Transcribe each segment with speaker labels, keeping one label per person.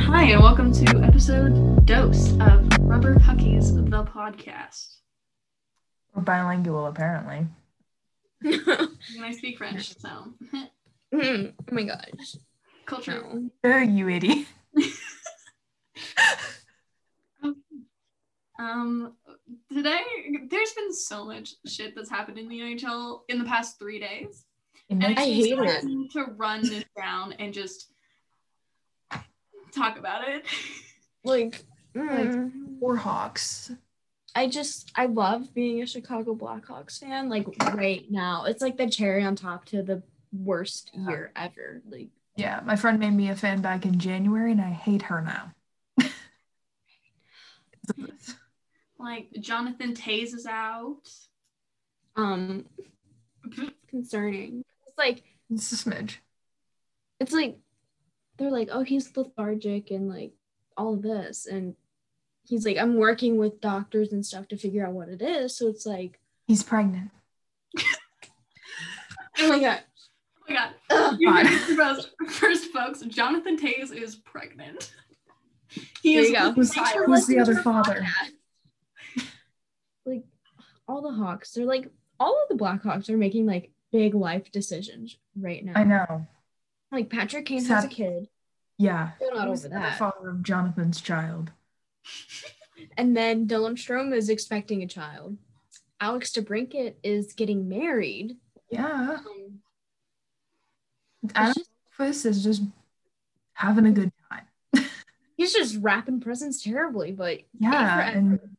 Speaker 1: Hi, and welcome to episode dose of Rubber Puckies, the podcast.
Speaker 2: We're bilingual, apparently.
Speaker 1: When I speak French, so
Speaker 3: Mm, Mm-hmm. oh my gosh.
Speaker 1: culture.
Speaker 3: No.
Speaker 2: Oh, you idiot.
Speaker 1: Um, today there's been so much shit that's happened in the NHL in the past three days,
Speaker 2: And
Speaker 1: and
Speaker 3: I
Speaker 1: it's just
Speaker 3: hate
Speaker 1: hard
Speaker 3: it.
Speaker 1: me to run this down and just talk about it.
Speaker 3: Like, mm, like,
Speaker 2: Warhawks.
Speaker 3: I just, I love being a Chicago Blackhawks fan. Like, right now, it's like the cherry on top to the worst year ever. Like,
Speaker 2: Yeah, my friend made me a fan back in January, and I hate her now.
Speaker 1: Like Jonathan Taze is out. Oh
Speaker 3: um, concerning. It's like,
Speaker 2: it's a smidge.
Speaker 3: it's like, they're like, oh, he's lethargic and like all of this. And he's like, I'm working with doctors and stuff to figure out what it is. So it's like,
Speaker 2: He's pregnant.
Speaker 3: oh my God.
Speaker 1: Oh my god.
Speaker 3: Ugh.
Speaker 1: You
Speaker 2: Fine.
Speaker 1: heard it first, first, folks. Jonathan Taze is pregnant. He
Speaker 3: There
Speaker 1: is
Speaker 3: you go.
Speaker 1: with
Speaker 3: Thanks for
Speaker 1: child.
Speaker 2: Who's the
Speaker 3: listening to
Speaker 2: other
Speaker 3: our
Speaker 2: father?
Speaker 3: podcast. like all the Hawks, they're like all of the Blackhawks are making like big life decisions right now.
Speaker 2: I know.
Speaker 3: Like Patrick Kane has a
Speaker 2: Sad.
Speaker 3: kid.
Speaker 2: Yeah.
Speaker 3: They're not
Speaker 2: Who's
Speaker 3: over
Speaker 2: the other
Speaker 3: that.
Speaker 2: father of Jonathan's child.
Speaker 3: And then Dylan Strom is expecting a child. Alex DeBrinket is getting married.
Speaker 2: Yeah.
Speaker 3: Um,
Speaker 2: Adam
Speaker 3: it's just-
Speaker 2: Rufus is just having a good time.
Speaker 3: he's just wrapping presents terribly, but
Speaker 2: Yeah.
Speaker 3: effort.
Speaker 2: And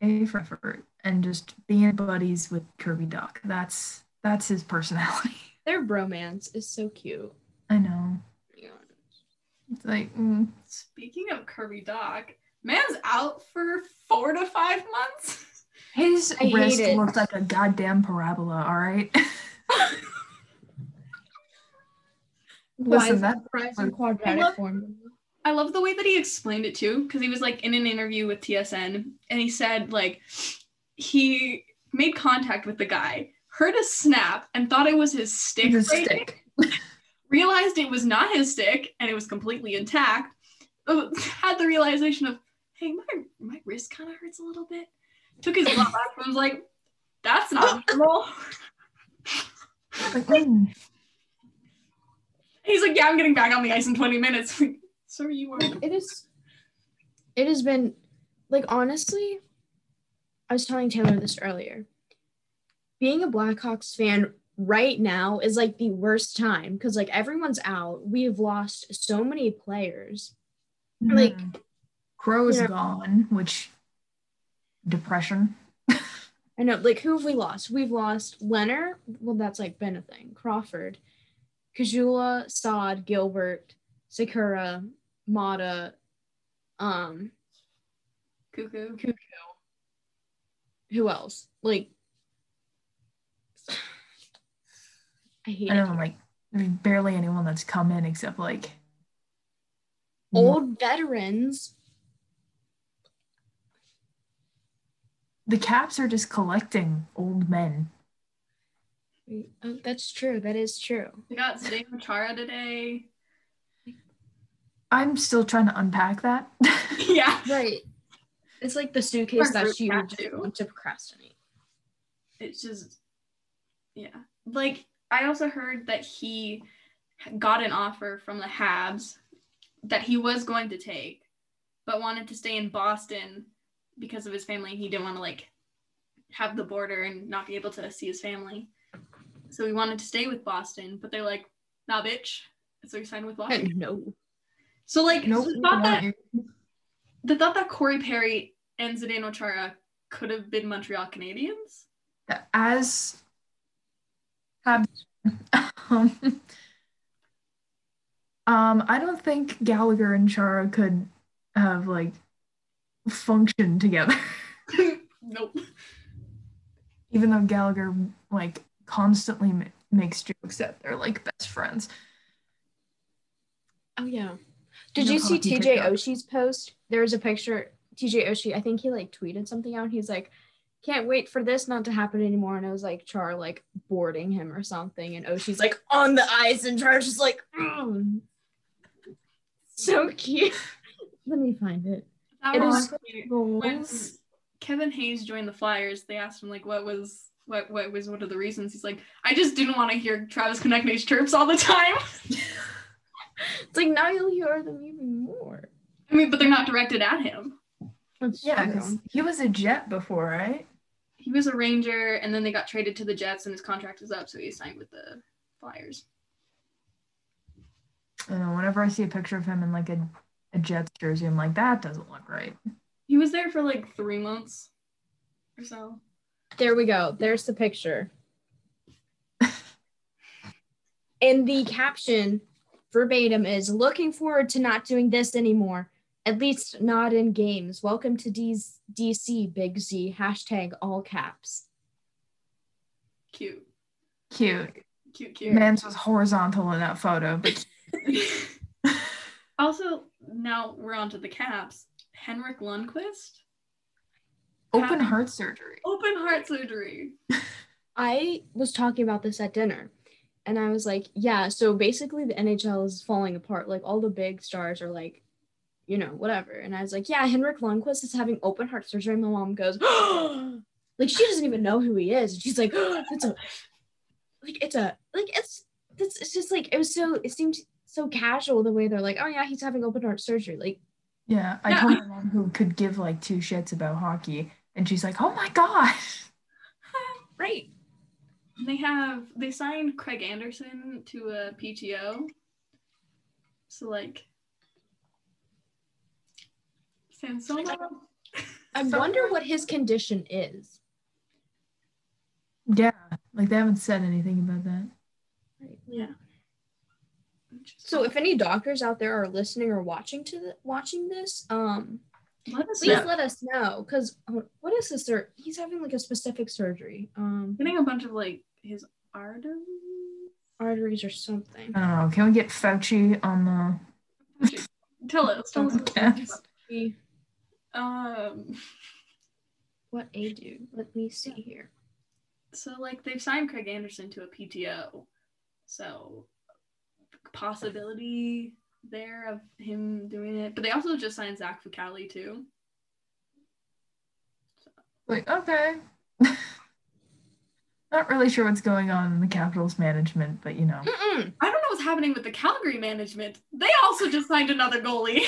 Speaker 2: A for effort. And just being buddies with Kirby Duck. That's that's his personality.
Speaker 3: their bromance is so cute.
Speaker 2: I know.
Speaker 3: Yeah.
Speaker 2: It's like, mm,
Speaker 1: Speaking of Kirby Doc, man's out for four to five months.
Speaker 2: His
Speaker 3: I hate
Speaker 2: wrist
Speaker 3: it.
Speaker 2: looks like a goddamn parabola, all right?
Speaker 3: Why
Speaker 2: Listen,
Speaker 3: is
Speaker 2: that
Speaker 3: Fries in quadratic
Speaker 1: I love-
Speaker 3: form.
Speaker 1: I love the way that he explained it too, because he was like in an interview with TSN and he said like he made contact with the guy, heard a snap, and thought it was his stick,
Speaker 2: is a
Speaker 1: breaking,
Speaker 2: stick.
Speaker 1: realized it was not his stick and it was completely intact. Oh, Had the realization of, hey, my, my wrist kind of hurts a little bit. Took his glove off and was like, that's not normal.
Speaker 2: Like, mm,
Speaker 1: He's like, yeah, I'm getting back on the ice in 20 minutes. Like, Sir, you are.
Speaker 3: it is it has been like honestly i was telling taylor this earlier being a blackhawks fan right now is like the worst time because like everyone's out we have lost so many players Like-
Speaker 2: mm. Crow is
Speaker 3: Yeah.
Speaker 2: gone, which depression.
Speaker 3: i know like who have we lost we've lost leonard well that's like been a thing crawford kajula sod gilbert sakura mata um
Speaker 1: Cuckoo.
Speaker 3: who else like i hate
Speaker 2: I
Speaker 3: it
Speaker 2: don't know, like there's barely anyone that's come in except like
Speaker 3: old veterans.
Speaker 2: the caps are just collecting old men.
Speaker 3: Oh, that's true. That is true.
Speaker 1: We got Zdeno Chara today.
Speaker 2: I'm still trying to unpack that.
Speaker 1: yeah.
Speaker 3: Right. It's like the suitcase
Speaker 1: Or
Speaker 3: that
Speaker 1: group
Speaker 3: you
Speaker 1: chat,
Speaker 3: just
Speaker 1: too.
Speaker 3: want to procrastinate.
Speaker 1: It's just, yeah. Like, I also heard that he got an offer from the Habs that he was going to take, but wanted to stay in Boston because of his family. He didn't want to, like, have the border and not be able to see his family. So he wanted to stay with Boston, but they're like, nah, bitch. So he signed with Washington.
Speaker 3: No.
Speaker 1: So, like,
Speaker 2: nope.
Speaker 1: the thought that the thought that Corey Perry and Zdeno Chara could have been Montreal Canadiens.
Speaker 2: As have um, um, I don't think Gallagher and Chara could have like functioned together,
Speaker 1: nope.
Speaker 2: even though Gallagher like constantly ma- makes jokes that they're like best friends.
Speaker 3: Oh yeah. Did
Speaker 2: No
Speaker 3: you see
Speaker 2: coffee
Speaker 3: TJ
Speaker 2: TikTok.
Speaker 3: Oshie's post? There was a picture. TJ Oshie, I think he like tweeted something out. He's like, can't wait for this not to happen anymore. And I was like, Char like boarding him or something. And Oshie's like on the ice, and Char's just like, "Mm." so cute. Let me find it.
Speaker 1: That
Speaker 2: It
Speaker 1: was
Speaker 2: is-
Speaker 1: cute. When
Speaker 2: Goals.
Speaker 1: Kevin Hayes joined the Flyers, they asked him like what was what what was one of the reasons. He's like, I just didn't want to hear Travis Konechny's chirps all the time.
Speaker 3: It's like now you'll hear them even more.
Speaker 1: I mean, but they're not directed at him.
Speaker 3: That's
Speaker 2: Yeah,
Speaker 3: true.
Speaker 2: because he was a Jet before, right?
Speaker 1: He was a Ranger, and then they got traded to the Jets, and his contract is up, so he signed with the Flyers.
Speaker 2: I don't know, whenever I see a picture of him in like a, a Jets jersey, I'm like, that doesn't look right.
Speaker 1: He was there for like three months or so.
Speaker 3: There we go. There's the picture. and the caption verbatim is looking forward to not doing this anymore. At least not in games. Welcome to D's DC Big Z. Hashtag all caps.
Speaker 1: Cute,
Speaker 2: Cute.
Speaker 1: cute, cute.
Speaker 2: Mans was horizontal in that photo, but
Speaker 1: also, now we're on to the Caps. Henrik Lundqvist,
Speaker 2: open heart surgery.
Speaker 1: open heart surgery.
Speaker 3: I was talking about this at dinner and I was like, yeah, so basically the NHL is falling apart. Like all the big stars are like, you know, whatever. And I was like, yeah, Henrik Lundqvist is having open heart surgery. My mom goes, like she doesn't even know who he is. And she's like, that's a like it's a like it's that's it's just like it was so it seemed so casual the way they're like, oh yeah, he's having open heart surgery. Like
Speaker 2: Yeah, I told my mom who could give like two shits about hockey, and she's like, oh my gosh.
Speaker 3: right.
Speaker 1: They have they signed Craig Anderson to a PTO. So like Sansoma.
Speaker 3: I
Speaker 2: So-
Speaker 3: wonder what his condition is.
Speaker 2: Yeah, like they haven't said anything about that.
Speaker 1: Yeah.
Speaker 3: So if any doctors out there are listening or watching to the, watching this, um,
Speaker 1: let us
Speaker 3: please
Speaker 1: know.
Speaker 3: let us know because what is this? Sur- he's having like a specific surgery, um,
Speaker 1: getting a bunch of like his arteries.
Speaker 3: arteries or something.
Speaker 2: I don't know. Can we get Fauci on the
Speaker 1: Tell us. Tell us. what
Speaker 2: Yes.
Speaker 1: it's about. Um.
Speaker 3: What a dude. Let me see here.
Speaker 1: So like they've signed Craig Anderson to a PTO. So possibility there of him doing it, but they also just signed Zach Fucali too.
Speaker 2: like okay not really sure what's going on in the capitals management but you know
Speaker 3: Mm-mm.
Speaker 1: I don't know what's happening with the Calgary management. They also just signed another goalie.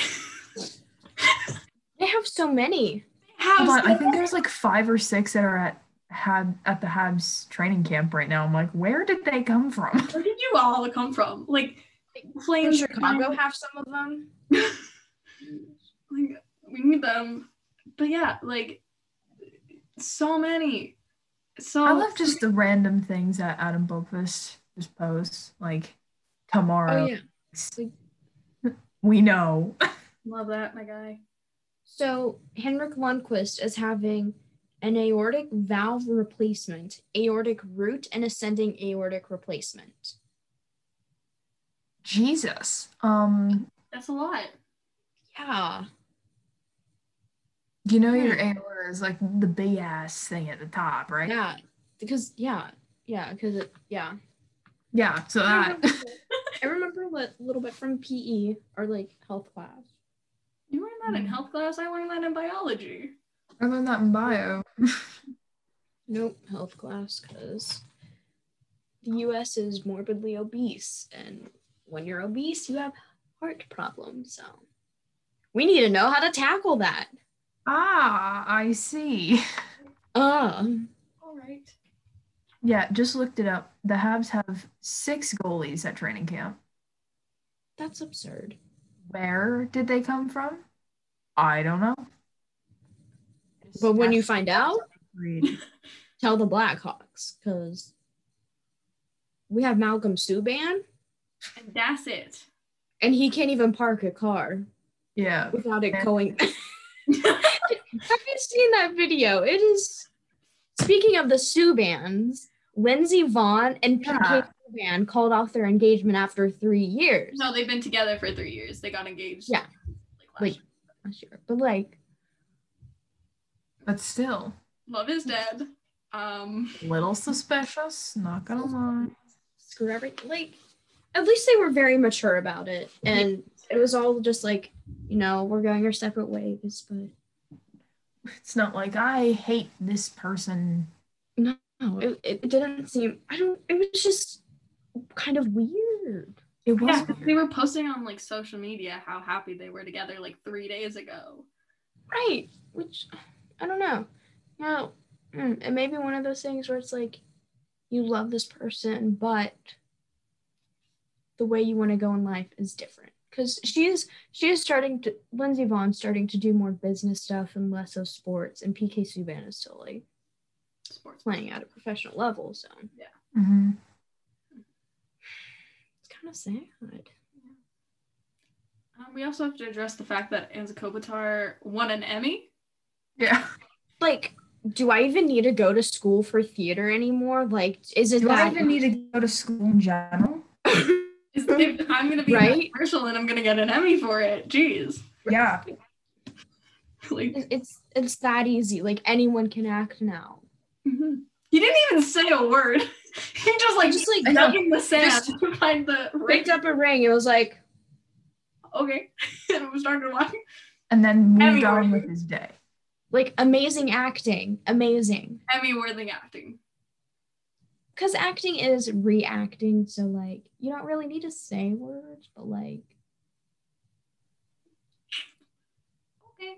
Speaker 3: They have so many.
Speaker 1: Habs,
Speaker 2: Hold on, i think there's like five or six that are at had at the habs training camp right now i'm like where did they come from
Speaker 1: where did you all come from? Like
Speaker 3: In
Speaker 1: Flames
Speaker 3: Chicago have some of them.
Speaker 1: Like we need them. But yeah, like so many. So
Speaker 2: i love just the random things that adam Boquist just posts like tomorrow
Speaker 3: Oh yeah.
Speaker 2: we know
Speaker 1: love that, my guy.
Speaker 3: So Henrik Lundqvist is having an aortic valve replacement, aortic root, and ascending aortic replacement.
Speaker 2: jesus um
Speaker 1: That's a lot.
Speaker 3: Yeah.
Speaker 2: you know your aorta is like the big ass thing at the top right
Speaker 3: Yeah, because yeah, yeah, because it yeah.
Speaker 2: yeah so
Speaker 3: I
Speaker 2: that
Speaker 3: remember- I remember a little bit from PE or like health class.
Speaker 1: You learned that in health class. I learned that in biology.
Speaker 2: i learned that in bio
Speaker 3: Nope, health class because the U.S. is morbidly obese, and when you're obese, you have heart problems. So we need to know how to tackle that.
Speaker 2: Ah, I see.
Speaker 3: Um,
Speaker 1: All right.
Speaker 2: Yeah, just looked it up. The Habs have six goalies at training camp.
Speaker 3: that's absurd.
Speaker 2: Where did they come from? I don't know.
Speaker 3: But when you find out,
Speaker 2: Read.
Speaker 3: tell the Blackhawks because we have Malcolm Subban,
Speaker 1: And that's it.
Speaker 3: and he can't even park a car.
Speaker 2: Yeah.
Speaker 3: without it
Speaker 2: Okay.
Speaker 3: going. Have you seen that video? It is. Speaking of the Subans, Lindsey Vaughn and PK
Speaker 2: Yeah.
Speaker 3: Subban called off their engagement after three years.
Speaker 1: No, they've been together for three years. They got engaged.
Speaker 3: Yeah.
Speaker 1: Like, last
Speaker 3: Wait.
Speaker 1: year.
Speaker 3: Not sure, but like,
Speaker 2: But still,
Speaker 1: Love is dead. Um.
Speaker 2: a little suspicious, not gonna lie.
Speaker 3: screw everything. Like, at least they were very mature about it, and it was all just like, you know, we're going our separate ways. But
Speaker 2: It's not like I hate this person.
Speaker 3: no, Oh, it, it didn't seem. I don't. It was just kind of weird.
Speaker 2: It was
Speaker 1: Yeah, 'cause
Speaker 2: weird.
Speaker 1: they were posting on like social media how happy they were together like three days ago.
Speaker 3: Right. Which I don't know. No. Mm, it may be one of those things where it's like you love this person, but the way you want to go in life is different. Because she is she is starting to Lindsey Vaughn's starting to do more business stuff and less of sports, and PK Subban is still like
Speaker 1: Sports.
Speaker 3: playing at a professional level, so
Speaker 2: Mhm.
Speaker 3: it's kind of sad.
Speaker 1: Um, we also have to address the fact that Anza Kopitar won an Emmy.
Speaker 2: Yeah.
Speaker 3: Like, do I even need to go to school for theater anymore? Like, is it
Speaker 2: Do I
Speaker 3: that
Speaker 2: even need to go to school in general?
Speaker 1: Is- if I'm gonna be
Speaker 3: Right?
Speaker 1: commercial and I'm gonna get an Emmy for it. Jeez.
Speaker 2: Yeah.
Speaker 1: Like
Speaker 3: It's- e-, it's it's that easy. Like anyone can act now.
Speaker 1: mhm. he didn't even say a word. he just like
Speaker 3: Just like
Speaker 2: I know.
Speaker 1: dug in the sand
Speaker 2: Just-
Speaker 1: to find the
Speaker 3: picked up a ring. It was like
Speaker 1: Okay. and we started walking.
Speaker 2: And then moved
Speaker 1: Everywhere.
Speaker 2: on with his day.
Speaker 3: like amazing acting, amazing.
Speaker 1: Emmy worthy acting.
Speaker 3: Because acting is reacting, so like you don't really need to say words, but like
Speaker 1: Okay.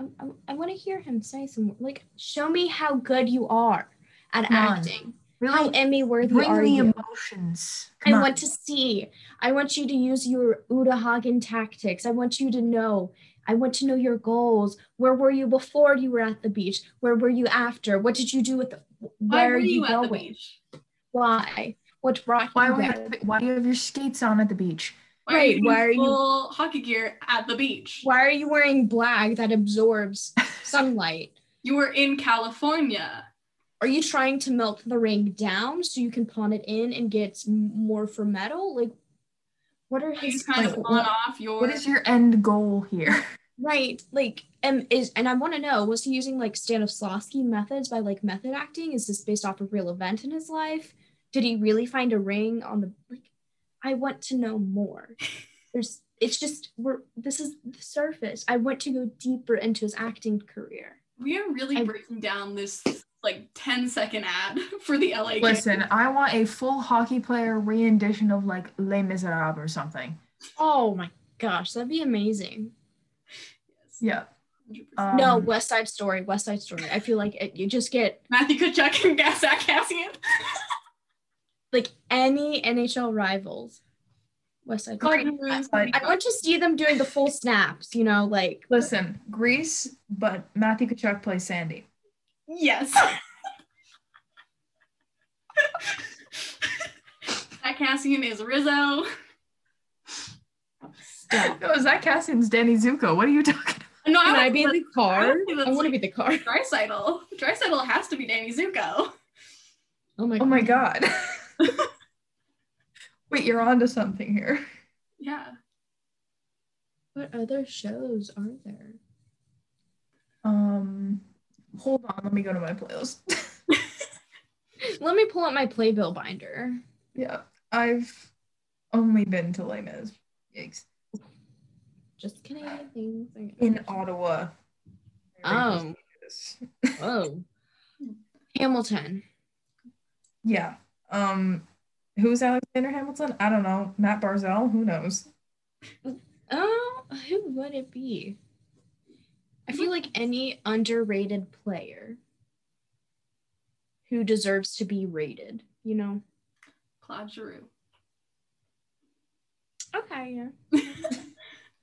Speaker 3: I, I, I want to hear him say some like show me how good you are at
Speaker 2: Come on.
Speaker 3: acting. How
Speaker 2: Really
Speaker 3: Emmy worthy
Speaker 2: bring
Speaker 3: are
Speaker 2: the
Speaker 3: you?
Speaker 2: emotions.
Speaker 3: I
Speaker 2: Come on.
Speaker 3: want to see. I want you to use your Uta Hagen tactics. I want you to know. I want to know your goals. Where were you before you were at the beach? Where were you after? What did you do with? The, where
Speaker 1: Why were
Speaker 3: are
Speaker 1: you,
Speaker 3: you,
Speaker 1: at the
Speaker 3: going?
Speaker 1: beach?
Speaker 3: Why? What brought
Speaker 2: Why,
Speaker 3: you
Speaker 2: were you
Speaker 3: there?
Speaker 2: at the, why do you have your skates on at the beach?
Speaker 1: Why
Speaker 3: Right,
Speaker 1: are you,
Speaker 3: why
Speaker 1: in
Speaker 3: are you-
Speaker 1: full hockey gear at the beach?
Speaker 3: Why are you wearing black that absorbs sunlight?
Speaker 1: You were in California.
Speaker 3: Are you trying to melt the ring down so you can pawn it in and get m- more for metal? Like, what are
Speaker 1: You
Speaker 3: his
Speaker 1: kind of
Speaker 2: like,
Speaker 1: on
Speaker 2: what-
Speaker 1: off your
Speaker 2: What is your end goal here?
Speaker 3: right? Like, um, is and I want to know was he using like Stanislavski methods by like method acting? Is this based off a real event in his life? Did he really find a ring on the like? I want to know more. There's it's just we're this is the surface. I want to go deeper into his acting career.
Speaker 1: we are really
Speaker 3: I-
Speaker 1: breaking down this like 10 second ad for the LA.
Speaker 2: Listen, I want a full hockey player rendition of like Les Miserables or something.
Speaker 3: Oh my gosh, that'd be amazing.
Speaker 1: Yes,
Speaker 2: Yeah.
Speaker 1: 100%.
Speaker 2: Um,
Speaker 3: no, West Side Story, West Side Story. I feel like it, you just get
Speaker 1: Matthew Kachuk and Gas- Zach Cassian.
Speaker 3: like any NHL rivals. West Side Story.
Speaker 1: Gordon Ramsay.
Speaker 2: I-
Speaker 3: I want to see them doing the full snaps, you know, like
Speaker 2: Listen, Greece, but Matthew Kachuk plays Sandy.
Speaker 1: Yes. Zach Cassian is Rizzo.
Speaker 3: stop.
Speaker 2: No, Zach Oh, Cassian's Danny Zuko. What are you talking
Speaker 1: No,
Speaker 3: Can I
Speaker 1: would
Speaker 3: be in
Speaker 1: put
Speaker 3: the car?
Speaker 1: I would
Speaker 3: I want to be the car.
Speaker 1: Dreisaitl. Dreisaitl has to be Danny Zuko.
Speaker 3: Oh my
Speaker 2: about? Oh my god. Wait, you're on to something here.
Speaker 1: Yeah.
Speaker 3: What other shows are there?
Speaker 2: Um hold on, let me go to my playlist.
Speaker 3: Let me pull up my playbill binder.
Speaker 2: yeah. I've only been to Les Mis. Yikes.
Speaker 3: Just Canadian things. I guess.
Speaker 2: In Ottawa.
Speaker 3: Oh, oh. Hamilton.
Speaker 2: Yeah. Um who's Alexander Hamilton? I don't know. Matt Barzell, who knows?
Speaker 3: Oh, who would it be? I feel like any underrated player who deserves to be rated, you know?
Speaker 1: Claude Giroux.
Speaker 3: Okay, yeah.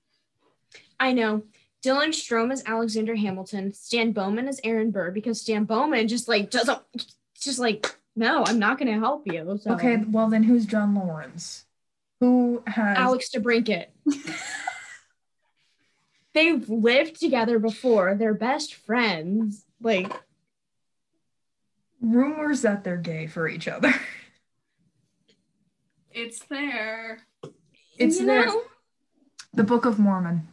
Speaker 3: I know. Dylan Strom is Alexander Hamilton. Stan Bowman is Aaron Burr because Stan Bowman just like doesn't, just like, no, I'm not going to help you. So.
Speaker 2: Okay, well then who's John Lawrence? Who has
Speaker 3: Alex DeBrinket. They've lived together before. They're best friends. Like,
Speaker 2: rumors that they're gay for each other?
Speaker 1: It's there.
Speaker 2: It's
Speaker 3: you
Speaker 2: there.
Speaker 3: know?
Speaker 2: The Book of Mormon.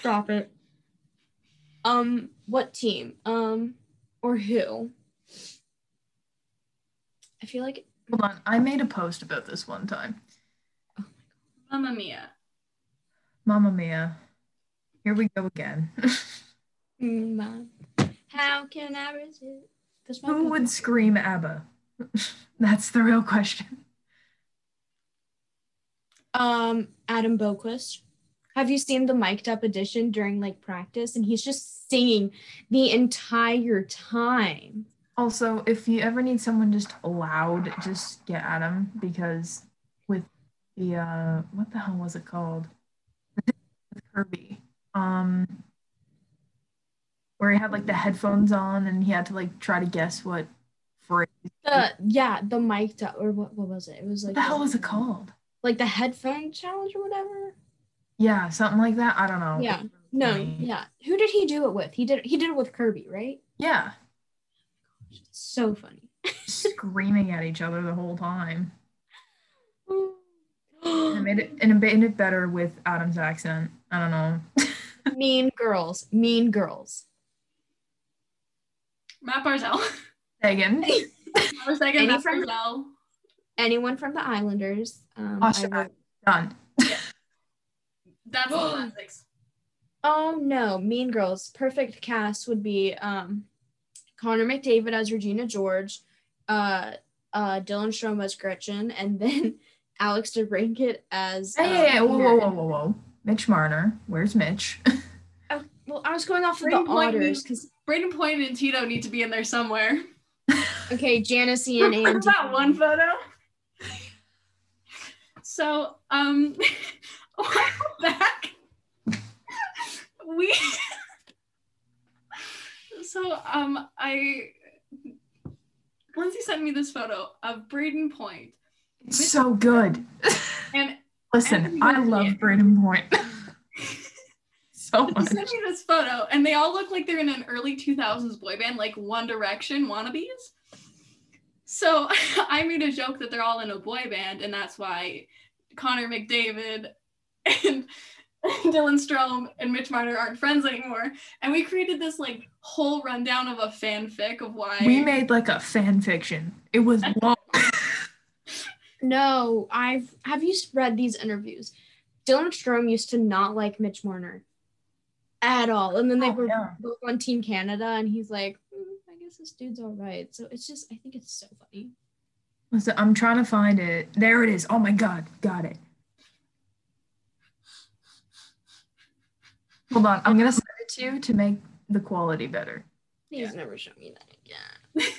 Speaker 3: Stop it. Um, what team? Um, or who? I feel like
Speaker 2: Hold on, I made a post about this one time.
Speaker 1: Mamma mia.
Speaker 2: Mamma mia, here we go again.
Speaker 3: Mm, How can I resist? That's my
Speaker 2: Who would scream ABBA? That's the real question.
Speaker 3: um Adam Boquist. Have you seen the mic'd up edition during like practice? And he's just singing the entire time.
Speaker 2: Also, if you ever need someone just loud, just get Adam because with the uh, what the hell was it called? With Kirby, um, where he had like the headphones on and he had to like try to guess what phrase.
Speaker 3: The yeah, the mic'd up or what, what was it? It was like
Speaker 2: What the hell was it called?
Speaker 3: Like the headphone challenge or whatever.
Speaker 2: Yeah, something like that. I don't know.
Speaker 3: Yeah. No,
Speaker 2: Right.
Speaker 3: yeah. Who did he do it with? He did he did it with Kirby, right?
Speaker 2: Yeah,
Speaker 3: So funny.
Speaker 2: screaming at each other the whole time. And it
Speaker 3: mean
Speaker 2: made it and it made it better with Adam's accent. I don't know.
Speaker 3: girls, mean girls.
Speaker 1: Matt Barzell.
Speaker 2: Megan,
Speaker 1: For a second,
Speaker 3: Any
Speaker 1: Matt
Speaker 3: friends?
Speaker 1: Barzell.
Speaker 3: Anyone from the Islanders? Um, I
Speaker 2: Asha.
Speaker 3: will-
Speaker 2: done.
Speaker 1: That's the classics.
Speaker 3: Oh no, Mean Girls. Perfect cast would be um, Connor McDavid as Regina George, uh, uh, Dylan Strom as Gretchen, and then Alex DeBrincat as.
Speaker 2: Hey,
Speaker 3: um,
Speaker 2: hey, hey, whoa, whoa,
Speaker 3: Mary.
Speaker 2: whoa, whoa, whoa. Mitch Marner, where's Mitch?
Speaker 3: Well, I was going off of the
Speaker 1: Braden Point
Speaker 3: otters
Speaker 1: needs-
Speaker 3: because
Speaker 1: Braden Point and Tito need to be in there somewhere.
Speaker 3: okay, Janice and
Speaker 1: Remember
Speaker 3: Andy.
Speaker 1: that one photo? So, um, a while back, we. so, um, I. Lindsay sent me this photo of Braden Point,
Speaker 2: It's so good.
Speaker 1: and
Speaker 2: Listen,
Speaker 1: Everybody
Speaker 2: I
Speaker 1: is.
Speaker 2: love Braden Point so
Speaker 1: she
Speaker 2: much.
Speaker 1: sent me this photo, and they all look like they're in an early 2000s boy band, like One Direction wannabes. So I made a joke that they're all in a boy band, and that's why Connor McDavid and Dylan Strom and Mitch Marner aren't friends anymore. And we created this like whole rundown of a fanfic of why
Speaker 2: We made like a fan fiction. It was long.
Speaker 3: No, I've have you read these interviews? Dylan Strom used to not like Mitch Marner at all, and then they
Speaker 2: Oh,
Speaker 3: were
Speaker 2: yeah.
Speaker 3: both on Team Canada, and he's like, "Hmm, I guess this dude's all right. So it's just, I think it's so funny.
Speaker 2: Listen, I'm trying to find it. There it is. Oh my god, got it. Hold on, I'm gonna send it to you to make the quality better.
Speaker 3: Please never show me that again.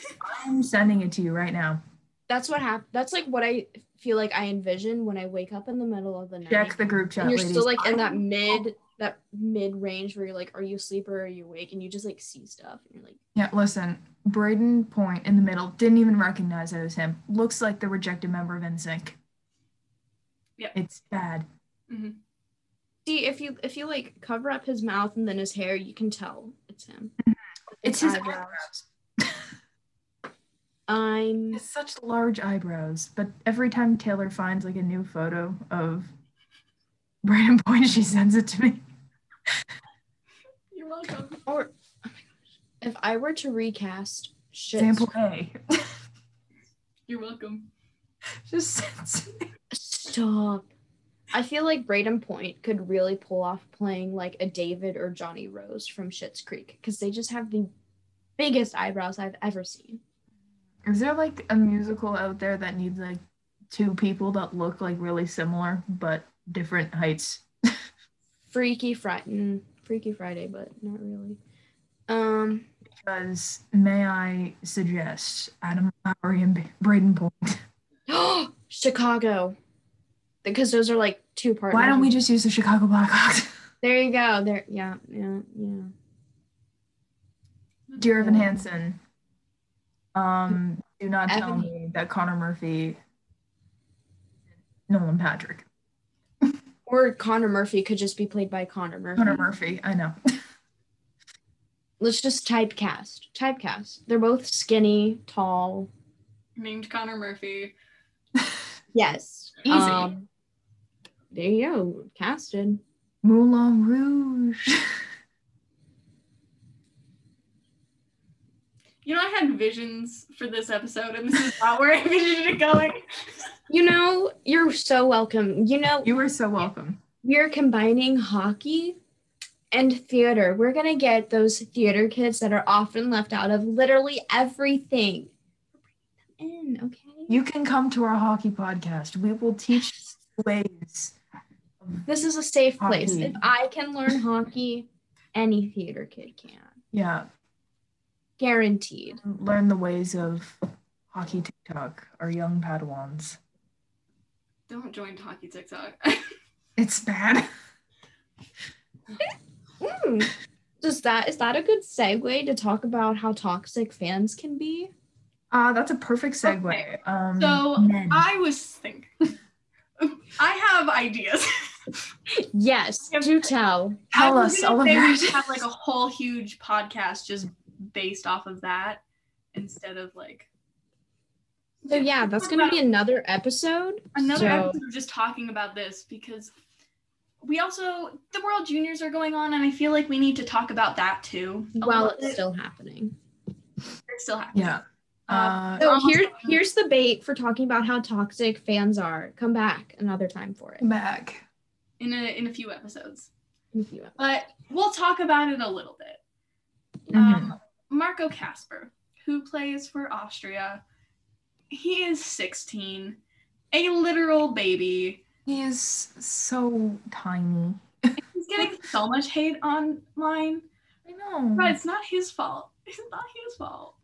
Speaker 2: I'm sending it to you right now.
Speaker 3: That's what happened. That's like what I feel like I envision when I wake up in the middle of the night.
Speaker 2: Check the group chat.
Speaker 3: and you're
Speaker 2: ladies.
Speaker 3: still like in that mid, that mid range where you're like, are you asleep or are you awake? And you just like see stuff, and you're like,
Speaker 2: Yeah, listen, Braden Point in the middle didn't even recognize it was him. Looks like the rejected member of NSYNC.
Speaker 1: Yeah.
Speaker 2: It's bad.
Speaker 1: Mhm.
Speaker 3: see if you if you like cover up his mouth and then his hair, you can tell it's him.
Speaker 2: Mm-hmm. It's his eyebrows.
Speaker 3: I'm
Speaker 2: It's such large eyebrows. But every time Taylor finds like a new photo of Braden Point, she sends it to me.
Speaker 1: You're welcome.
Speaker 3: or oh my gosh. If I were to recast shit
Speaker 2: Sample A.
Speaker 1: You're welcome.
Speaker 2: Just sends it.
Speaker 3: Stop. I feel like Braden Point could really pull off playing like a David or Johnny Rose from Schitt's Creek because they just have the biggest eyebrows I've ever seen.
Speaker 2: Is there like a musical out there that needs like two people that look like really similar but different heights?
Speaker 3: Freaky Friday, Freaky Friday, but not really. Um,
Speaker 2: Because may I suggest Adam Lowry and Ba- Braden Point?
Speaker 3: Chicago, because those are like two partners.
Speaker 2: Why don't we just use the Chicago Blackhawks?
Speaker 3: There you go. There, yeah, yeah, yeah.
Speaker 2: Dear Evan Hansen, um, do not tell
Speaker 3: Evan-
Speaker 2: me that Connor Murphy, Nolan Patrick,
Speaker 3: Or Connor Murphy could just be played by Connor Murphy.
Speaker 2: Connor Murphy. I know.
Speaker 3: Let's just typecast. Typecast. They're both skinny, tall.
Speaker 1: Named Connor Murphy. Um,
Speaker 3: Yes.
Speaker 2: Easy.
Speaker 3: there you go. Casted.
Speaker 2: Moulin Rouge.
Speaker 1: You know, I had visions for this episode, and this is not where I envisioned it going.
Speaker 3: You know, you're so welcome. You know,
Speaker 2: You are so welcome.
Speaker 3: we're combining hockey and theater. We're going to get those theater kids that are often left out of literally everything. In, okay.
Speaker 2: You can come to our hockey podcast. We will teach you ways.
Speaker 3: this is a safe place.
Speaker 2: Hockey.
Speaker 3: If I can learn hockey, any theater kid can.
Speaker 2: Yeah,
Speaker 3: Guaranteed.
Speaker 2: learn the ways of hockey TikTok, our young Padawans.
Speaker 1: Don't join Hockey TikTok.
Speaker 2: It's bad.
Speaker 3: Mm. Does that is that a good segue to talk about how toxic fans can be?
Speaker 2: Ah, that's a perfect segue.
Speaker 1: Okay.
Speaker 2: Um,
Speaker 1: So,
Speaker 2: men.
Speaker 1: I was thinking. I have ideas.
Speaker 3: Yes, do tell.
Speaker 2: tell
Speaker 1: I was
Speaker 2: us
Speaker 1: gonna
Speaker 2: all
Speaker 1: say
Speaker 2: about
Speaker 1: we
Speaker 2: it.
Speaker 1: should have like a whole huge podcast just based off of that instead of like
Speaker 3: So yeah, that's gonna be another episode.
Speaker 1: another
Speaker 3: so-
Speaker 1: episode of just talking about this because we also the World Juniors are going on and I feel like we need to talk about that too. a
Speaker 3: While
Speaker 1: little
Speaker 3: it's
Speaker 1: bit.
Speaker 3: still happening.
Speaker 1: It's still happening.
Speaker 2: Yeah.
Speaker 1: Um,
Speaker 2: Uh,
Speaker 3: So
Speaker 1: almost
Speaker 3: here,
Speaker 1: done.
Speaker 3: here's the bait for talking about how toxic fans are. Come back another time for it.
Speaker 2: back.
Speaker 1: in a in a few episodes.
Speaker 3: If you-
Speaker 1: But we'll talk about it a little bit.
Speaker 3: Mm-hmm.
Speaker 1: Um, Marco Casper, who plays for Austria, he is 16, a literal baby.
Speaker 2: He is so tiny.
Speaker 1: He's getting so much hate online,
Speaker 2: I know.
Speaker 1: but it's not his fault. It's not his fault.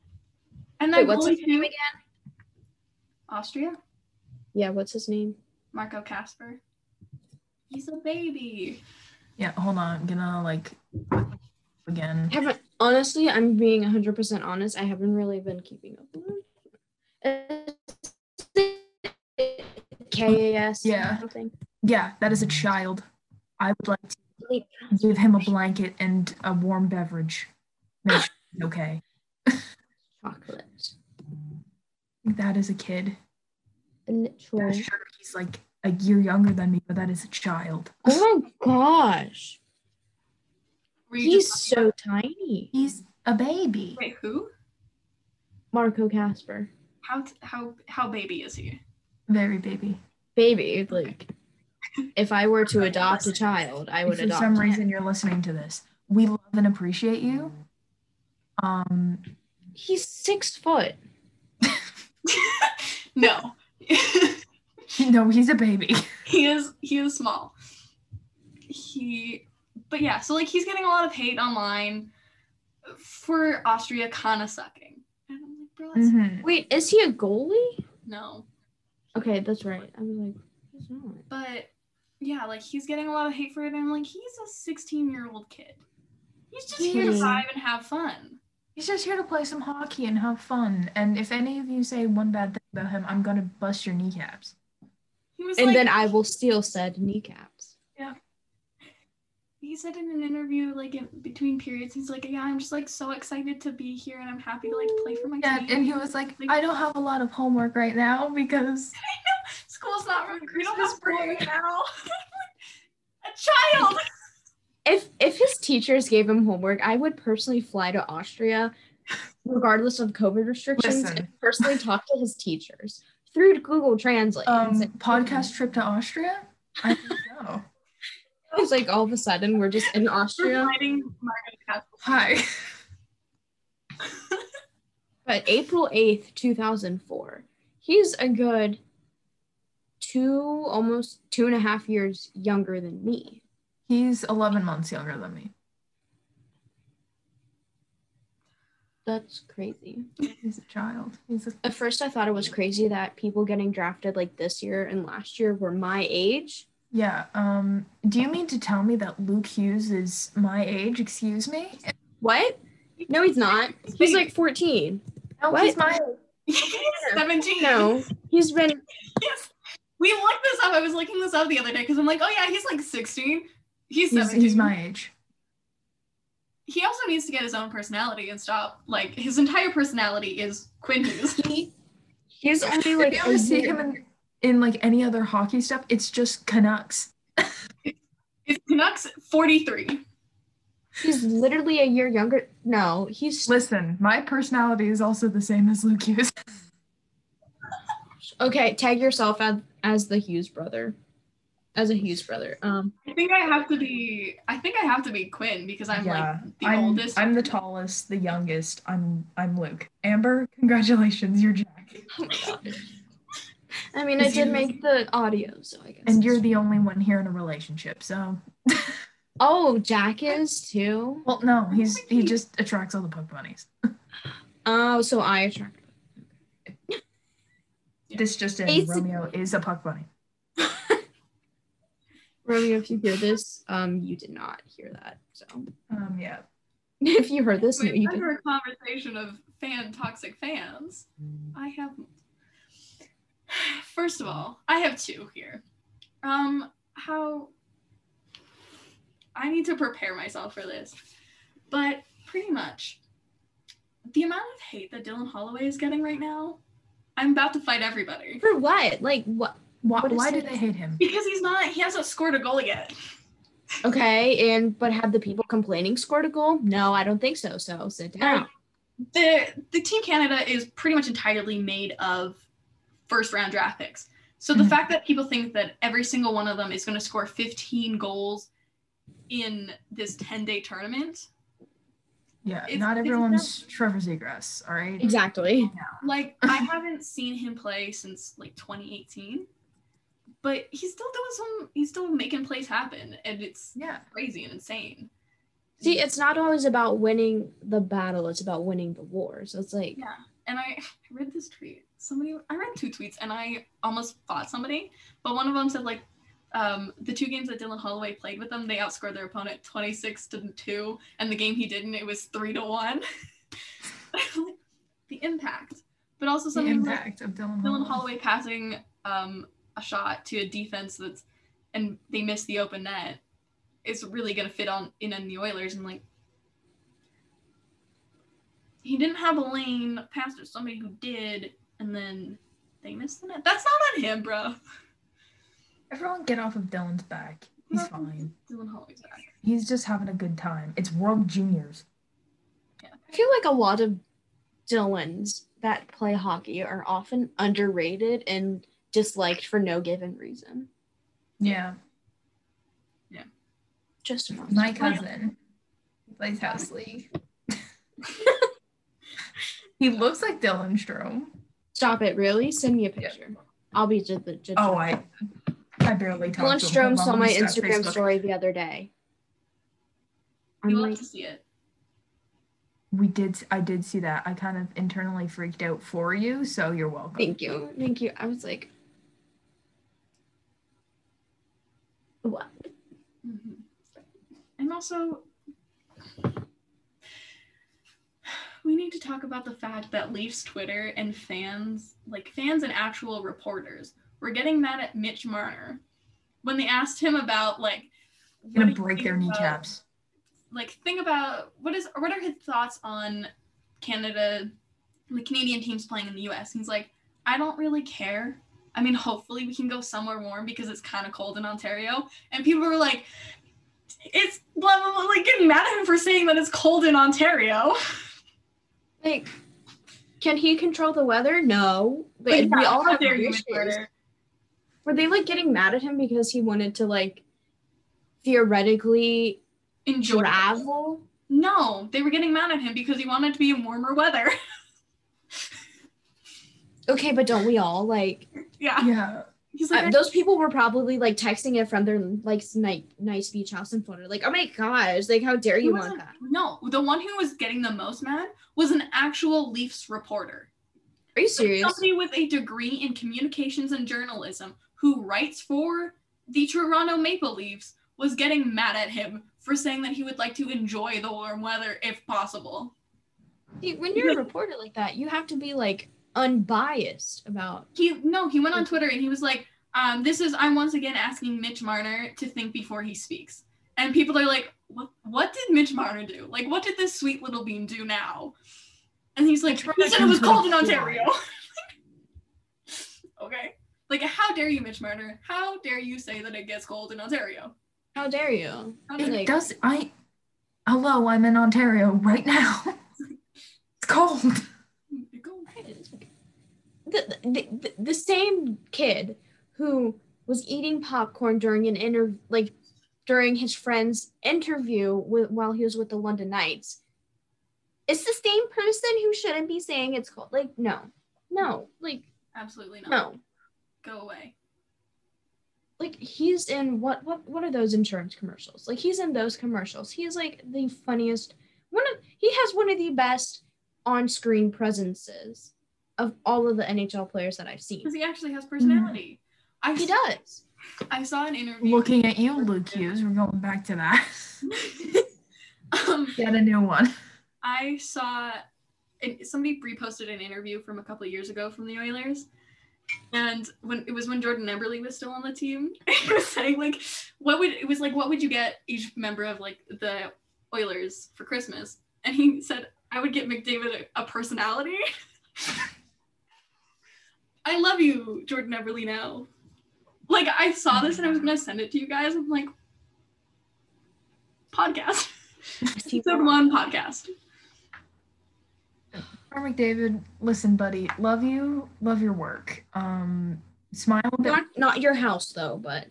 Speaker 1: And that
Speaker 3: Wait, what's
Speaker 1: goalie
Speaker 3: his name
Speaker 1: too,
Speaker 3: again?
Speaker 1: Austria,
Speaker 3: Yeah, what's his name?
Speaker 1: Marco Casper. He's a baby.
Speaker 2: Yeah, hold on. I'm gonna like again.
Speaker 3: I haven't honestly, I'm being 100% honest. I haven't really been keeping up. with it. KAS.
Speaker 2: Yeah.
Speaker 3: Something.
Speaker 2: Yeah, that is a child. I would like to give him a blanket and a warm beverage. Make sure he's okay.
Speaker 3: Chocolate.
Speaker 2: That is a kid. Yeah,
Speaker 3: Literal.
Speaker 2: sure, he's like a year younger than me, but that is a child.
Speaker 3: Oh my gosh.
Speaker 1: Were you
Speaker 3: He's
Speaker 1: just
Speaker 3: so tiny.
Speaker 2: He's a baby.
Speaker 1: wait, who?
Speaker 3: Marco Casper.
Speaker 1: How how how baby is he?
Speaker 2: Very baby.
Speaker 3: Baby, like if I were to adopt a child, I
Speaker 2: If
Speaker 3: would
Speaker 2: for
Speaker 3: adopt
Speaker 2: some
Speaker 3: him.
Speaker 2: reason you're listening to this, we love and appreciate you. Um,
Speaker 3: He's six foot.
Speaker 1: No,
Speaker 2: no, he's a baby.
Speaker 1: he is he is small he but yeah so like he's getting a lot of hate online for austria kind of sucking and i'm like bro that's
Speaker 2: Mhm.
Speaker 3: Wait, is he a goalie?
Speaker 1: no
Speaker 3: Okay, that's right. I was like, he's not.
Speaker 1: but yeah like he's getting a lot of hate for it and i'm like he's a 16 year old kid he's just here to
Speaker 3: Yeah.
Speaker 1: vibe and have fun
Speaker 2: He's just here to play some hockey and have fun. And if any of you say one bad thing about him, I'm gonna bust your kneecaps.
Speaker 1: he was
Speaker 3: And
Speaker 1: like
Speaker 3: then I will steal said kneecaps.
Speaker 1: he said in an interview like in between periods he's like yeah i'm just like so excited to be here and i'm happy to like play for my
Speaker 2: Yeah,
Speaker 1: team
Speaker 2: and he was like, I don't have a lot of homework right now because
Speaker 1: school's not we don't
Speaker 2: Christmas
Speaker 1: have school right
Speaker 2: break.
Speaker 1: now a child
Speaker 3: If if his teachers gave him homework, I would personally fly to Austria, regardless of COVID restrictions,
Speaker 2: Listen.
Speaker 3: and personally talk to his teachers through Google Translate.
Speaker 2: um
Speaker 3: It's like-
Speaker 2: podcast trip to Austria. I think so.
Speaker 3: It's like all of a sudden we're just in Austria.
Speaker 1: Providing Margaret Castle.
Speaker 2: Hi.
Speaker 3: But April 8th, 2004, he's a good two, almost two and a half years younger than me.
Speaker 2: He's 11 months younger than me.
Speaker 3: That's crazy.
Speaker 2: He's a child. He's a
Speaker 3: At first, I thought it was crazy that people getting drafted like this year and last year were my age.
Speaker 2: yeah. Um. Do you mean to tell me that Luke Hughes is my age? Excuse me.
Speaker 3: What? No, he's not. He's like 14.
Speaker 2: No,
Speaker 3: What?
Speaker 2: he's my.
Speaker 1: He's 17.
Speaker 3: No, he's been.
Speaker 1: Yes. We looked this up. I was looking this up the other day because I'm like, oh yeah, he's like 16. He's
Speaker 2: He's,
Speaker 1: 17.
Speaker 2: he's my age.
Speaker 1: he also needs to get his own personality and stop. Like his entire personality is Quinn Hughes.
Speaker 3: He, he's only
Speaker 2: If
Speaker 3: like.
Speaker 2: you
Speaker 3: a
Speaker 2: ever see
Speaker 3: year-
Speaker 2: him in, in like any other hockey stuff, it's just Canucks.
Speaker 1: It's Canucks 43.
Speaker 3: He's literally a year younger. No, he's
Speaker 2: Listen, my personality is also the same as Luke Hughes.
Speaker 3: okay. Tag yourself as, as the Hughes brother, as a Hughes brother. Um,
Speaker 1: I think I have to be. I think I have to be Quinn because I'm
Speaker 2: Yeah,
Speaker 1: like the
Speaker 2: I'm,
Speaker 1: oldest.
Speaker 2: I'm the tallest, the youngest. I'm I'm Luke. Amber, congratulations, you're Jack.
Speaker 3: oh I mean, I
Speaker 2: Is
Speaker 3: did
Speaker 2: he-
Speaker 3: make the audio, so I guess.
Speaker 2: And you're the only one here in a relationship. So
Speaker 3: oh, Jack is too.
Speaker 2: well no, he's
Speaker 1: think
Speaker 2: he
Speaker 1: he-
Speaker 2: just attracts all the Pokemonies.
Speaker 3: Oh, so I attract.
Speaker 2: This just in
Speaker 3: Basically-
Speaker 2: Romeo is a Puck Bunny.
Speaker 3: Romeo, if you hear this, um, you did not hear that. So
Speaker 2: Um yeah.
Speaker 3: if you heard this, no,
Speaker 1: Wait,
Speaker 3: you did.
Speaker 1: remember a conversation of fan toxic fans. I have. First of all, I have two here. Um, how. I need to prepare myself for this, but pretty much, the amount of hate that Dylan Holloway is getting right now, I'm about to fight everybody
Speaker 3: For what? Like what?
Speaker 2: Why,
Speaker 3: What is
Speaker 2: why do
Speaker 3: it?
Speaker 2: they hate him?
Speaker 1: because he's not. He hasn't scored a goal yet.
Speaker 3: Okay, and but have the people complaining scored a goal? No, I don't think so. So sit down.
Speaker 1: the the team Canada is pretty much entirely made of first round draft picks. So the
Speaker 2: Mhm.
Speaker 1: fact that people think that every single one of them is going to score 15 goals in this 10 day tournament,
Speaker 2: Yeah,
Speaker 1: It's-
Speaker 2: not
Speaker 1: it's
Speaker 2: everyone's Trevor Zegras, all right?
Speaker 3: Exactly.
Speaker 1: like I haven't seen him play since like 2018, but he's still doing some. He's still making plays happen, and it's
Speaker 2: Yeah.
Speaker 1: crazy and insane.
Speaker 3: See, it's not always about winning the battle; it's about winning the war. So it's like,
Speaker 1: Yeah. And I I read this tweet. Somebody, I read two tweets and I almost fought somebody, but one of them said, like, um, the two games that Dylan Holloway played with them, they outscored their opponent 26 to 2. And the game he didn't, it was 3 to 1. the impact. But also
Speaker 2: The
Speaker 1: something like
Speaker 2: impact of Dylan,
Speaker 1: Dylan Holloway passing um, a shot to a defense that's, and they miss the open net. It's really going to fit on in on the Oilers. And like, he didn't have a lane, passed it to somebody who did, and then they missed the net. That's not on him, bro.
Speaker 2: Everyone get off of Dylan's back. He's
Speaker 1: Nothing.
Speaker 2: fine.
Speaker 1: Dylan Holloway's back.
Speaker 2: He's just having a good time. It's World Juniors.
Speaker 3: I feel like a lot of Dylans that play hockey are often underrated and disliked for no given reason.
Speaker 2: Yeah.
Speaker 3: Just about.
Speaker 2: My cousin he plays House League. he looks like Dylan Strom.
Speaker 3: Stop it! Really? Send me a
Speaker 2: Yeah.
Speaker 3: picture. I'll be just the. judge.
Speaker 2: Oh, I I barely talked
Speaker 3: Dylan
Speaker 2: to him.
Speaker 3: Strom
Speaker 2: Hold on,
Speaker 3: saw
Speaker 2: let
Speaker 3: my
Speaker 2: me stop
Speaker 3: Instagram
Speaker 2: Facebook.
Speaker 3: story the other day. I'm
Speaker 1: You'll have
Speaker 3: like,
Speaker 1: to see it.
Speaker 2: We did I did see that. I kind of internally freaked out for you, so you're welcome.
Speaker 3: thank you, thank you. I was like, what?
Speaker 1: Mhm. And also, we need to talk about the fact that Leafs Twitter and fans, like fans and actual reporters, were getting mad at Mitch Marner when they asked him about like
Speaker 2: I'm gonna
Speaker 1: what do you
Speaker 2: break
Speaker 1: think
Speaker 2: their
Speaker 1: about-
Speaker 2: kneecaps.
Speaker 1: Like, think about what is what are his thoughts on Canada, the Canadian teams playing in the U.S. He's like, I don't really care. I mean, hopefully we can go somewhere warm because it's kind of cold in Ontario. And people were like, it's blah blah blah, like getting mad at him for saying that it's cold in Ontario.
Speaker 3: Like, can he control the weather? No. But
Speaker 1: Like,
Speaker 3: we
Speaker 1: yeah,
Speaker 3: all
Speaker 1: how
Speaker 3: have
Speaker 1: dare you,
Speaker 3: wishes.
Speaker 1: Mitch Marner.
Speaker 3: Were they like getting mad at him because he wanted to like theoretically
Speaker 1: Enjoy.
Speaker 3: travel?
Speaker 1: No, they were getting mad at him because he wanted to be in warmer weather.
Speaker 3: Okay, but don't we all like
Speaker 1: yeah,
Speaker 2: Yeah.
Speaker 1: he's
Speaker 3: uh,
Speaker 1: like,
Speaker 3: those people were probably like texting it from their like night nice beach house in Florida. Like, oh my gosh, like how dare
Speaker 1: He
Speaker 3: you want
Speaker 1: wasn't-
Speaker 3: that?
Speaker 1: No, the one who was getting the most mad was an actual Leafs reporter.
Speaker 3: Are you serious?
Speaker 1: Somebody with a degree in communications and journalism who writes for the Toronto Maple Leafs was getting mad at him for saying that he would like to enjoy the warm weather if possible.
Speaker 3: See, When you're a reporter like that, you have to be like unbiased about
Speaker 1: He no, he went on Twitter and he was like, um, "This is I'm once again asking Mitch Marner to think before he speaks." And people are like, "What? What did Mitch Marner do? Like, what did this sweet little bean do now?" And he's like, "He said it was cold in Ontario." okay, like how dare you, Mitch Marner? How dare you say that it gets cold in Ontario?
Speaker 3: how dare you?
Speaker 1: How
Speaker 2: It
Speaker 1: dare-
Speaker 3: Like-
Speaker 2: does I hello, I'm in Ontario right now. it's cold.
Speaker 1: Go ahead.
Speaker 3: the, the, the, the same kid who was eating popcorn during an inter like during his friend's interview with, while he was with the London Knights. It's the same person who shouldn't be saying it's cold. Like no, no, like
Speaker 1: Absolutely not.
Speaker 3: no,
Speaker 1: Go away.
Speaker 3: like he's in what what what are those insurance commercials? Like he's in those commercials. He is like the funniest one of he has one of the best on-screen presences of all of the NHL players that I've seen.
Speaker 1: Because he actually has personality. I,
Speaker 3: He does.
Speaker 1: I saw an interview.
Speaker 2: Looking at you, Luke Hughes. We're going back to that.
Speaker 1: um,
Speaker 2: Get a new one.
Speaker 1: I saw and somebody reposted an interview from a couple of years ago from the Oilers. And when it was when Jordan Eberle was still on the team, he was saying like, "What would it was like? What would you get each member of like the Oilers for Christmas?" And he said, "I would get McDavid a, a personality." I love you, Jordan Eberle. Now, like I saw this and I was gonna send it to you guys. I'm like, podcast episode one podcast.
Speaker 2: Connor McDavid, listen, buddy. Love you. Love your work. Um, smile a bit.
Speaker 3: Not not your house though, but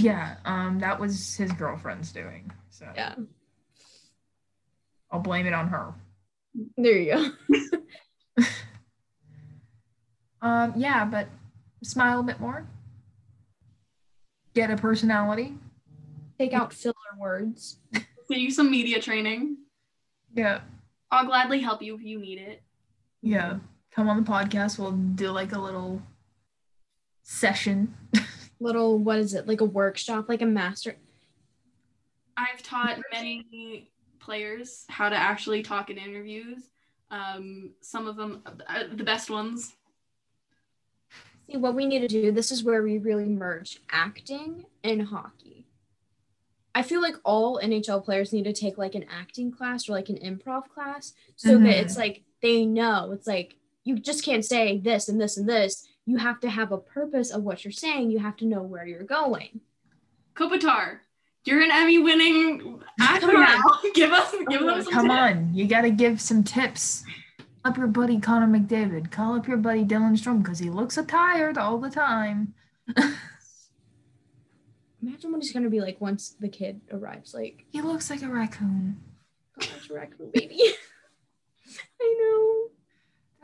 Speaker 2: Yeah. Um, that was his girlfriend's doing. So
Speaker 3: yeah.
Speaker 2: I'll blame it on her.
Speaker 3: There you go.
Speaker 2: Um, yeah, but smile a bit more. Get a personality.
Speaker 3: Take out filler words.
Speaker 1: Get you some media training.
Speaker 2: Yeah.
Speaker 1: I'll gladly help you if you need it.
Speaker 2: Yeah. Come on the podcast. We'll do like a little session.
Speaker 3: Little what is it? Like a workshop, like a master.
Speaker 1: I've taught many players how to actually talk in interviews. Um, some of them, uh, the best ones.
Speaker 3: See what we need to do. This is where we really merge acting and hockey. I feel like all NHL players need to take like an acting class or like an improv class so that
Speaker 2: Mhm.
Speaker 3: it's like they know it's like you just can't say this and this and this. You have to have a purpose of what you're saying. You have to know where you're going.
Speaker 1: Kopitar, you're an Emmy-winning actor
Speaker 3: Come on.
Speaker 1: now. Give us, give them some
Speaker 2: Come
Speaker 1: tips.
Speaker 2: on. You got to give some tips. Call up your buddy Connor McDavid. Call up your buddy Dylan Strom because he looks so tired all the time.
Speaker 3: Imagine what he's gonna be like once the kid arrives. Like,
Speaker 2: He looks like a raccoon.
Speaker 3: oh, it's a raccoon baby. I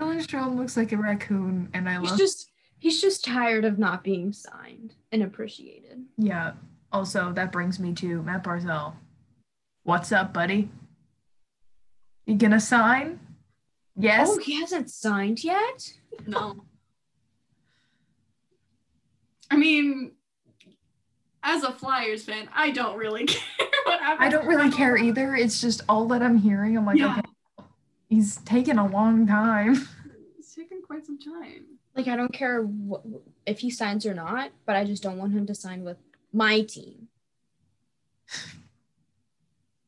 Speaker 3: know.
Speaker 2: Dylan Strom looks like a raccoon, and I
Speaker 3: He's
Speaker 2: love.
Speaker 3: just he's just tired of not being signed and appreciated.
Speaker 2: yeah. Also, that brings me to Matt Barzell. What's up, buddy? You gonna sign? Yes.
Speaker 3: Oh, he hasn't signed yet?
Speaker 1: No. I mean, as a Flyers fan, I don't really care what happens.
Speaker 2: I don't really care either. It's just all that I'm hearing. I'm like,
Speaker 1: Yeah.
Speaker 2: okay, he's taken a long time.
Speaker 1: It's taken quite some time.
Speaker 3: Like I don't care what, if he signs or not, but I just don't want him to sign with my team.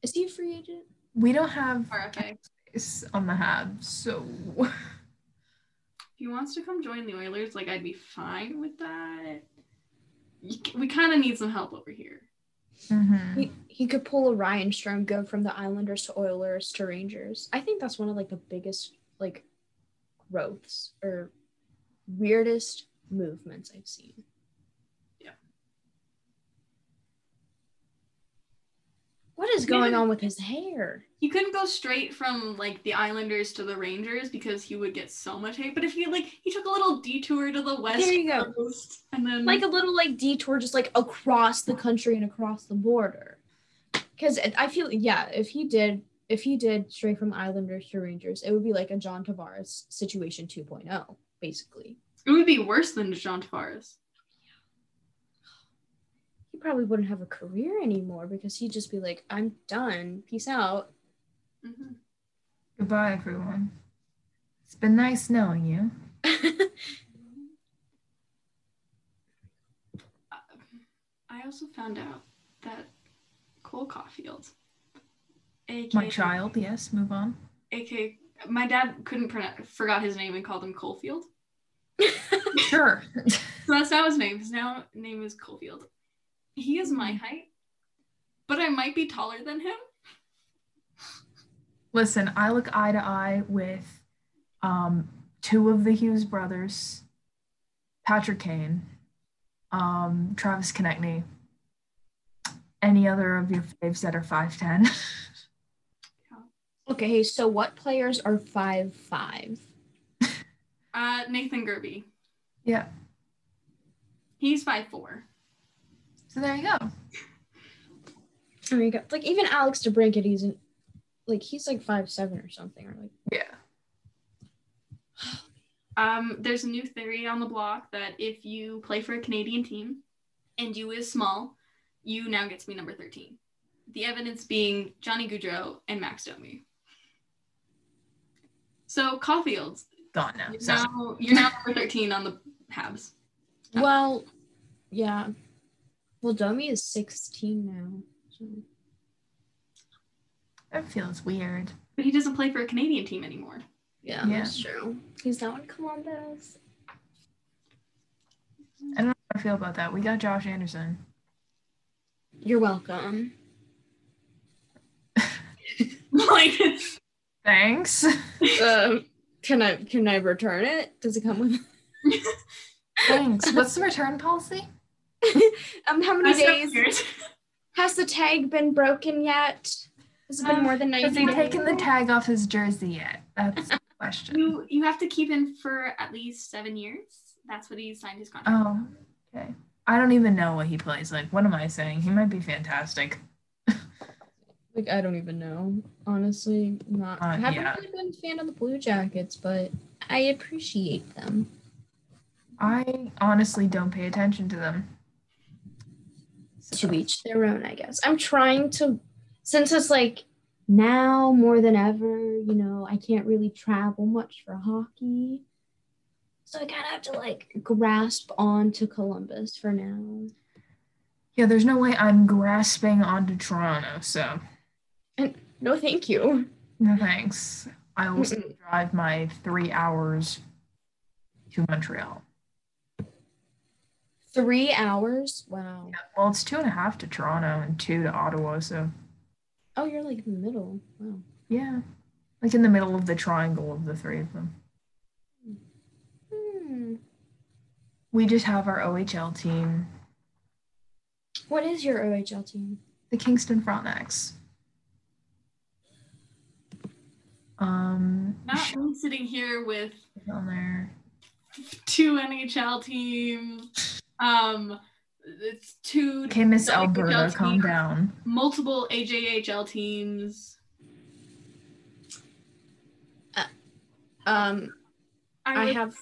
Speaker 3: Is he a free agent?
Speaker 2: We don't have
Speaker 1: RFA.
Speaker 2: space on the Habs, so
Speaker 1: if he wants to come join the Oilers, like I'd be fine with that. You c- We kind of need some help over here.
Speaker 2: Mhm.
Speaker 3: He, he could pull a Ryan Strom, go from the Islanders to Oilers to Rangers. I think that's one of like the biggest like growths or weirdest movements I've seen.
Speaker 1: Yeah.
Speaker 3: What is going on with his hair?
Speaker 1: He couldn't go straight from like the Islanders to the Rangers because he would get so much hate. But if he like he took a little detour to the west
Speaker 3: There you go.
Speaker 1: coast and then
Speaker 3: Like a little like detour just like across the country and across the border. Cause it- I feel yeah, if he did if he did straight from Islanders to Rangers, it would be like a John Tavares situation 2.0, basically.
Speaker 1: it would be worse than John Tavares.
Speaker 3: he probably wouldn't have a career anymore because he'd just be like, I'm done. Peace out.
Speaker 1: Mhm.
Speaker 2: goodbye, everyone. It's been nice knowing you.
Speaker 1: Uh, I also found out that Cole Caulfield, aka
Speaker 2: My child, yes, move on.
Speaker 1: aka my dad couldn't pronounce forgot his name and called him Colefield.
Speaker 2: Sure.
Speaker 1: So that's not his name. His now name is Cofield. He is my height, but I might be taller than him.
Speaker 2: Listen, I look eye to eye with um, two of the Hughes brothers, Patrick Kane, um, Travis Konechny. Any other of your faves that are 5'10?
Speaker 3: Okay, so what players are five five?
Speaker 1: Uh, Nathan Gerby.
Speaker 2: yeah.
Speaker 1: He's five four.
Speaker 2: So there you go.
Speaker 3: Oh my god! Like even Alex DeBrincat, he's in, like he's like five seven or something, or like
Speaker 2: Yeah.
Speaker 1: Um, there's a new theory on the block that if you play for a Canadian team and you is small, you now get to be number 13. The evidence being Johnny Goudreau and Max Domi. So Caulfield,
Speaker 2: Gone now.
Speaker 1: you're
Speaker 2: So
Speaker 1: now, you're now number 13 on the Habs. Yeah.
Speaker 3: well, yeah. Well, Domi is sixteen now. So.
Speaker 2: that feels weird.
Speaker 1: But he doesn't play for a Canadian team anymore.
Speaker 3: Yeah,
Speaker 2: Yeah.
Speaker 3: that's true. He's not in Columbus.
Speaker 2: I don't know how I feel about that. We got Josh Anderson.
Speaker 3: You're welcome.
Speaker 1: like,
Speaker 2: Thanks.
Speaker 3: um, can I can I return it? Does it come with?
Speaker 2: Thanks. What's the return policy?
Speaker 3: um, how many
Speaker 1: that's so
Speaker 3: days
Speaker 1: weird.
Speaker 3: has the tag been broken yet? Uh, Has it been
Speaker 2: Um,
Speaker 3: more than
Speaker 2: Has
Speaker 3: ninety?
Speaker 2: he
Speaker 3: days?
Speaker 2: taken the tag off his jersey yet? That's the question.
Speaker 1: You, you have to keep him for at least seven years. That's what he signed his contract.
Speaker 2: Oh, okay. I don't even know what he plays. Like, what am I saying? He might be fantastic.
Speaker 3: Like I don't even know. Honestly, not.
Speaker 2: Uh,
Speaker 3: I haven't
Speaker 2: yeah.
Speaker 3: really been a fan of the Blue Jackets, but I appreciate them.
Speaker 2: I honestly don't pay attention to them. So-
Speaker 3: To each their own, I guess. I'm trying to, since it's like now more than ever, you know, I can't really travel much for hockey, so I kind of have to like grasp on to Columbus for now.
Speaker 2: Yeah, there's no way I'm grasping onto Toronto, so
Speaker 3: No, thank you.
Speaker 2: no thanks. I will still
Speaker 3: Mm-mm.
Speaker 2: drive my three hours to Montreal.
Speaker 3: Three hours. Wow.
Speaker 2: Well, it's two and a half to Toronto and two to Ottawa, so
Speaker 3: Oh, you're like in the middle. Wow.
Speaker 2: yeah, like in the middle of the triangle of the three of them.
Speaker 3: Hmm.
Speaker 2: We just have our OHL team,
Speaker 3: What is your OHL team?
Speaker 2: the Kingston Frontenacs. Um,
Speaker 1: Not me sitting here with
Speaker 2: on there.
Speaker 1: two NHL teams. Um, it's two
Speaker 2: Okay, Miss
Speaker 1: Don't make me
Speaker 2: Alberta,
Speaker 1: judge
Speaker 2: calm
Speaker 1: me.
Speaker 2: down.
Speaker 1: multiple AJHL teams.
Speaker 3: Um, I
Speaker 1: would-
Speaker 3: have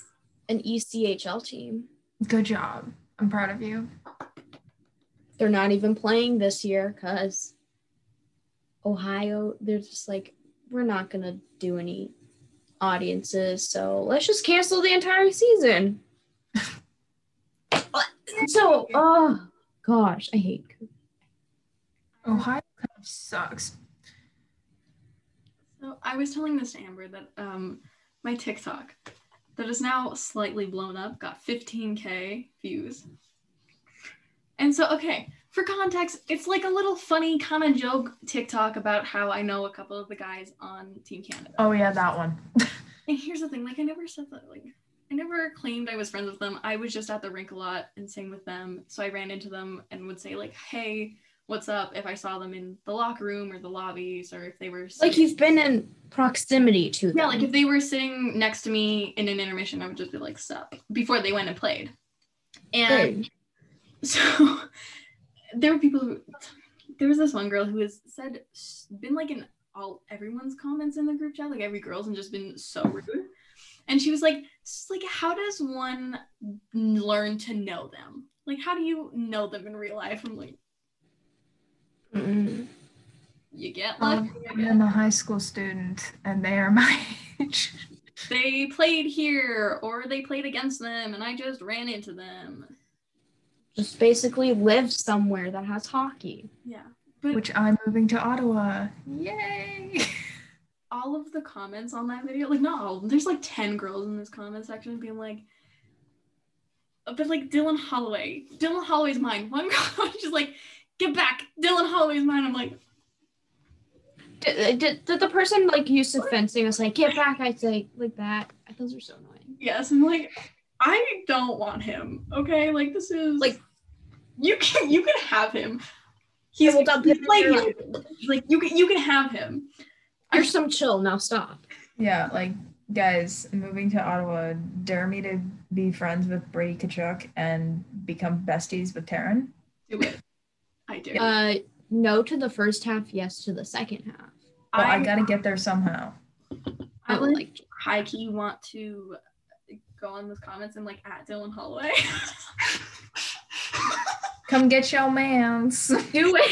Speaker 3: an E ECHL team.
Speaker 2: Good job. I'm proud of you.
Speaker 3: They're not even playing this year because Ohio, they're just like, we're not going to do any audiences. So let's just cancel the entire season. so, oh gosh, I hate. Coop.
Speaker 2: Ohio kind of sucks.
Speaker 1: So I was telling this to Amber that um, my TikTok that is now slightly blown up got 15k views. And so, okay, for context, it's like a little funny kind of joke TikTok about how I know a couple of the guys on Team Canada.
Speaker 2: Oh yeah, that one.
Speaker 1: And here's the thing, like I never said that, like I never claimed I was friends with them. I was just at the rink a lot and sang with them. So I ran into them and would say like, "Hey, what's up?" If I saw them in the locker room or the lobbies, or if they were
Speaker 3: Like, you've been in proximity to them.
Speaker 1: yeah, like if they were sitting next to me in an intermission, I would just be like, "Sup," before they went and played. And
Speaker 3: Right.
Speaker 1: so there were people who there was this one girl who has said been like in all everyone's comments in the group chat like every girl's and just been so rude and she was like "S- like how does one n- learn to know them like how do you know them in real life i'm like
Speaker 3: Mm.
Speaker 1: you get lucky
Speaker 2: Um,
Speaker 1: I guess."
Speaker 2: I'm a high school student, and they are my age.
Speaker 1: they played here or they played against them and i just ran into them
Speaker 3: Just basically live somewhere that has hockey.
Speaker 1: yeah
Speaker 2: Which I'm moving to Ottawa. Yay!
Speaker 1: all of the comments on that video, like not all of them, there's like 10 girls in this comment section being like, uh, but like Dylan Holloway, Dylan Holloway's mine. One girl was just like, get back, Dylan Holloway's mine. I'm like,
Speaker 3: Did, did, did the person like used to fencing was like, get back, I say, like that. Those are so annoying.
Speaker 1: Yes, I'm like, I don't want him. Okay, like this is
Speaker 3: Like-
Speaker 1: you can you can have him. He's
Speaker 3: will dump him
Speaker 1: he's like
Speaker 3: in
Speaker 1: like you can you can have him.
Speaker 3: You're some chill, now stop.
Speaker 2: Yeah, like guys, moving to Ottawa, dare me to be friends with Brady Kachuk and become besties with Taryn.
Speaker 1: Do it. I do.
Speaker 3: Uh, no to the first half, yes to the second half.
Speaker 2: But I, gotta get there somehow.
Speaker 1: I
Speaker 3: I would
Speaker 1: like
Speaker 3: like,
Speaker 1: high key want to go on those comments and like at Dylan Holloway.
Speaker 2: Come get your mans.
Speaker 3: do it.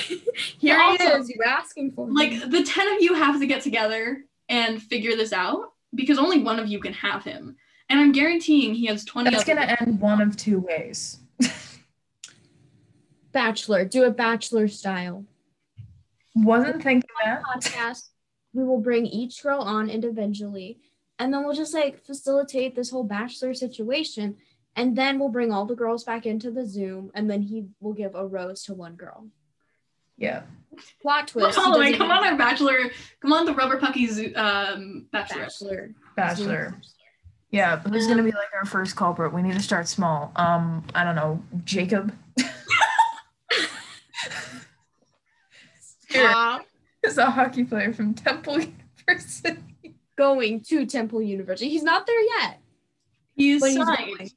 Speaker 3: Here
Speaker 1: Yeah,
Speaker 3: it
Speaker 1: also-
Speaker 3: is. You're asking for
Speaker 1: like
Speaker 3: him.
Speaker 1: the 10 of you have to get together and figure this out because only one of you can have him. And I'm guaranteeing he has 20
Speaker 2: That's
Speaker 1: other
Speaker 2: gonna end one of two ways.
Speaker 3: bachelor. Do a bachelor style
Speaker 2: Wasn't thinking that.
Speaker 3: podcast. We will bring each girl on individually, and then we'll just like facilitate this whole bachelor situation. And then we'll bring all the girls back into the Zoom, and then he will give a rose to one girl.
Speaker 2: Yeah.
Speaker 3: Plot
Speaker 1: Dylan
Speaker 3: twist. he
Speaker 1: Holloway,
Speaker 3: doesn't
Speaker 1: come
Speaker 3: even
Speaker 1: on our bachelor, come on the rubber pucky zoo, um
Speaker 3: have a
Speaker 1: bachelor.
Speaker 3: bachelor.
Speaker 2: Bachelor.
Speaker 3: Zoom.
Speaker 2: Yeah, but who's gonna be like our first culprit? We need to start small. Um, I don't know, Jacob. Sure.
Speaker 3: Stop
Speaker 2: is a hockey player from Temple University.
Speaker 3: going to Temple University. He's not there yet.
Speaker 1: He's
Speaker 3: But he's
Speaker 1: signed.
Speaker 3: going.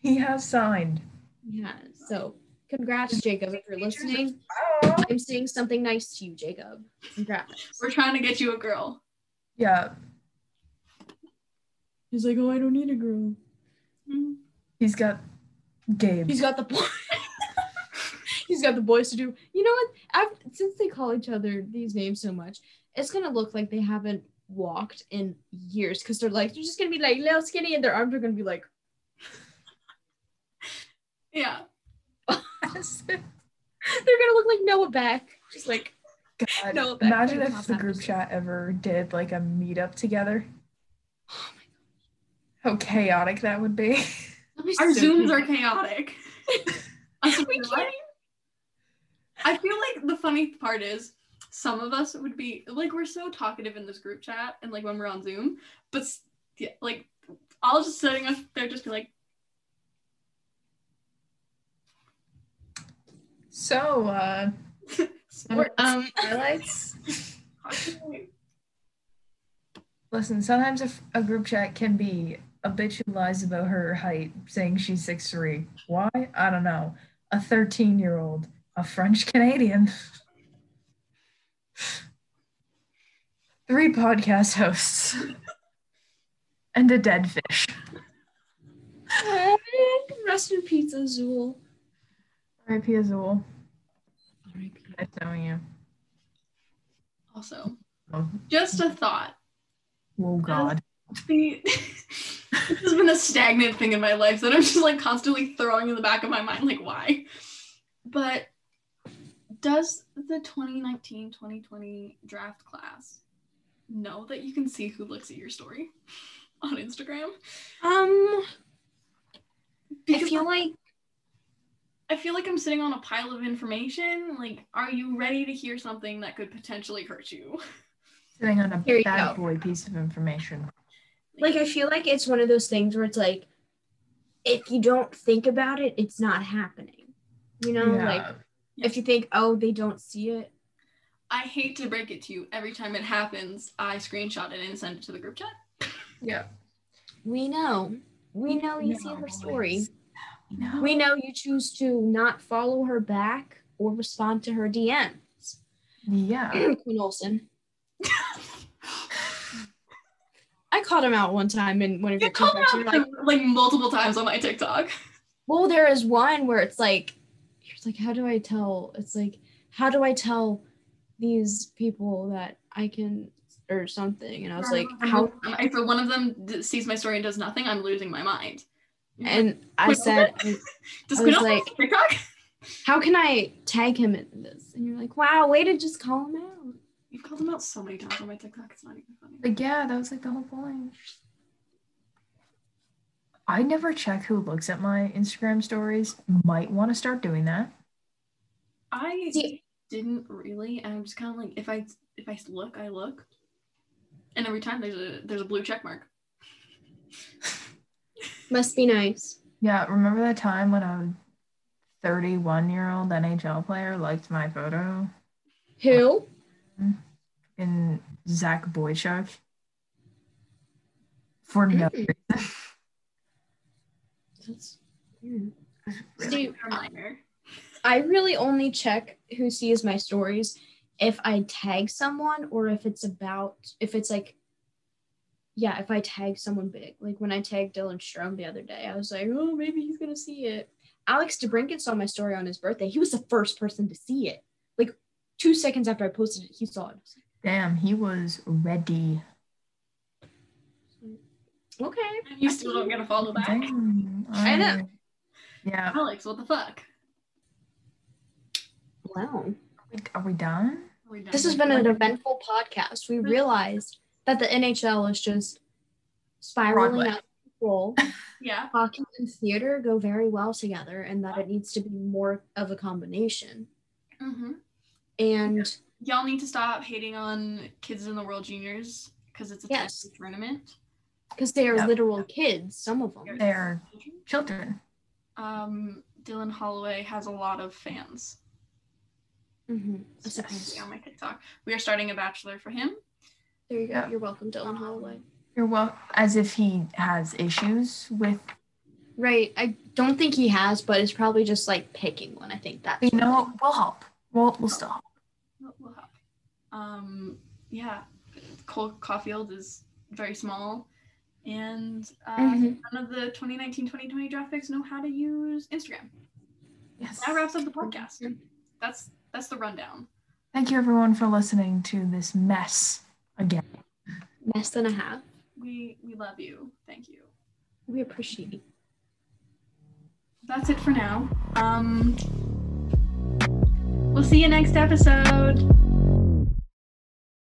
Speaker 2: He has signed.
Speaker 3: Yeah. So congrats, Jacob, if you're listening.
Speaker 2: Oh.
Speaker 3: I'm saying something nice to you, Jacob. Congrats.
Speaker 1: We're trying to get you a girl.
Speaker 2: Yeah,
Speaker 3: He's like, oh, I don't need a girl.
Speaker 2: he's got Gabe.
Speaker 3: He's got the boy. He's got the boys to do. You know what? I've, since they call each other these names so much, it's gonna look like they haven't walked in years because they're like they're just gonna be like little skinny and their arms are gonna be like
Speaker 1: Yeah.
Speaker 3: they're gonna look like Noah Beck. Just like
Speaker 2: God,
Speaker 3: No, that-
Speaker 2: imagine
Speaker 3: that's
Speaker 2: if
Speaker 3: not
Speaker 2: the
Speaker 3: that
Speaker 2: group
Speaker 3: person.
Speaker 2: chat ever did like a meetup together.
Speaker 3: Oh
Speaker 2: How chaotic that would be.
Speaker 3: that'd be
Speaker 1: Our
Speaker 3: so
Speaker 1: zooms
Speaker 3: cute.
Speaker 1: are chaotic. Us in real life. I feel like the funny part is some of us would be like we're so talkative in this group chat and like when we're on Zoom, but s- yeah, like I'll just sitting up there just be like,
Speaker 2: So, uh,
Speaker 1: sports.
Speaker 3: um
Speaker 2: highlights.
Speaker 1: hockey."
Speaker 2: Listen, sometimes a, f- a group chat can be a bitch who lies about her height, saying she's 6'3. Why? I don't know. A 13 year old, a French Canadian, three podcast hosts, and a dead fish.
Speaker 3: rest in peace, Azul.
Speaker 2: RIP Azul.
Speaker 3: R.I.P.
Speaker 2: I'm telling you.
Speaker 1: Also,
Speaker 2: Oh.
Speaker 1: just a thought.
Speaker 2: Oh, God.
Speaker 1: The- this has been a stagnant thing in my life that I'm just like constantly throwing in the back of my mind, like why? But does the 2019-2020 draft class know that you can see who looks at your story on Instagram?
Speaker 3: Um, I
Speaker 1: Because
Speaker 3: feel like
Speaker 1: I feel like I'm sitting on a pile of information. Like, are you ready to hear something that could potentially hurt you?
Speaker 2: Sitting on
Speaker 3: Here
Speaker 2: a
Speaker 3: you
Speaker 2: bad
Speaker 3: go.
Speaker 2: boy piece of information.
Speaker 3: like I feel like it's one of those things where it's like, if you don't think about it, it's not happening. You know,
Speaker 2: Yeah.
Speaker 3: like if you think, oh, they don't see it.
Speaker 1: I hate to break it to you. Every time it happens, I screenshot it and send it to the group chat.
Speaker 2: yeah.
Speaker 3: We know. We know you see
Speaker 2: No,
Speaker 3: her
Speaker 2: boys.
Speaker 3: story.
Speaker 2: No.
Speaker 3: We know you choose to not follow her back or respond to her DM.
Speaker 2: yeah.
Speaker 3: Quinn Olson. I called him out one time in one of your
Speaker 1: You called me
Speaker 3: TikToks.
Speaker 1: out
Speaker 3: You're
Speaker 1: like, like multiple times on my TikTok.
Speaker 3: Well, there is one where it's like, it's like, how do I tell? It's like, how do I tell these people that I can or something? And I was like, how?
Speaker 1: If one of them d- sees my story and does nothing, I'm losing my mind.
Speaker 3: And I said,
Speaker 1: does
Speaker 3: I
Speaker 1: Quinn
Speaker 3: was
Speaker 1: also
Speaker 3: like-
Speaker 1: have TikTok?
Speaker 3: how can I tag him in this? And you're like, wow, way to just call him out.
Speaker 1: You've called him out so many times on my TikTok. It's not even funny.
Speaker 2: Like, yeah, that was like the whole point. I never check who looks at my Instagram stories. Might want to start doing that.
Speaker 1: I
Speaker 3: See,
Speaker 1: didn't really. I'm just kind of like if I if I look, I look, and every time there's a there's a blue check mark.
Speaker 3: Must be nice.
Speaker 2: Yeah, remember that time when a 31 year old NHL player liked my photo?
Speaker 3: Who?
Speaker 2: And Zach Boychuk? For no
Speaker 3: Mm.
Speaker 2: reason.
Speaker 3: That's weird.
Speaker 1: Really
Speaker 3: See,
Speaker 1: a minor.
Speaker 3: I really only check who sees my stories if I tag someone or if it's about if it's like yeah, if I tag someone big. Like when I tagged Dylan Strom the other day, I was like, oh maybe he's gonna see it. Alex DeBrinket saw my story on his birthday. He was the first person to see it. Like two seconds after I posted it, he saw it. I was
Speaker 2: Damn, he was ready.
Speaker 3: like, okay.
Speaker 1: You still don't get a follow back.
Speaker 2: Damn,
Speaker 3: I know.
Speaker 2: alright. Yeah.
Speaker 1: Alex, what the fuck?
Speaker 3: Wow.
Speaker 2: Like, Are we done?
Speaker 1: Are we done
Speaker 3: This has
Speaker 1: with
Speaker 3: been
Speaker 1: that?
Speaker 3: an eventful podcast. We realized that the NHL is just spiraling
Speaker 2: Broadway.
Speaker 3: out of control.
Speaker 1: yeah.
Speaker 3: Hockey and theater go very well together, and that it needs to be more of a combination.
Speaker 1: hmm
Speaker 3: And
Speaker 1: Y'all need to stop hating on kids in the world juniors because it's a
Speaker 3: Yes.
Speaker 1: tiny tournament.
Speaker 3: because they are
Speaker 2: Yeah.
Speaker 3: literal kids, some of them.
Speaker 2: They're children.
Speaker 1: Um, Dylan Holloway has a lot of fans.
Speaker 3: Mhm.
Speaker 1: That's apparently on my TikTok. We are starting a bachelor for him.
Speaker 3: There you go.
Speaker 2: Yeah.
Speaker 3: You're welcome, Dylan Holloway.
Speaker 2: You're well, as if he has issues with.
Speaker 3: Right. I don't think he has, but it's probably just like picking one. I think that's
Speaker 2: You know, what? we'll help. We'll we'll still help.
Speaker 1: We'll- we'll help. Um, yeah, Cole Caulfield is very small, and uh,
Speaker 3: Mhm.
Speaker 1: none of the 2019-2020 draft picks know how to use Instagram.
Speaker 2: Yes.
Speaker 1: That wraps up the
Speaker 3: Mm-hmm.
Speaker 1: podcast. That's that's the rundown.
Speaker 2: Thank you everyone for listening to this mess again.
Speaker 3: mess than a half.
Speaker 1: We we love you. Thank you.
Speaker 3: We appreciate it.
Speaker 1: That's it for now. Um, we'll see you next episode.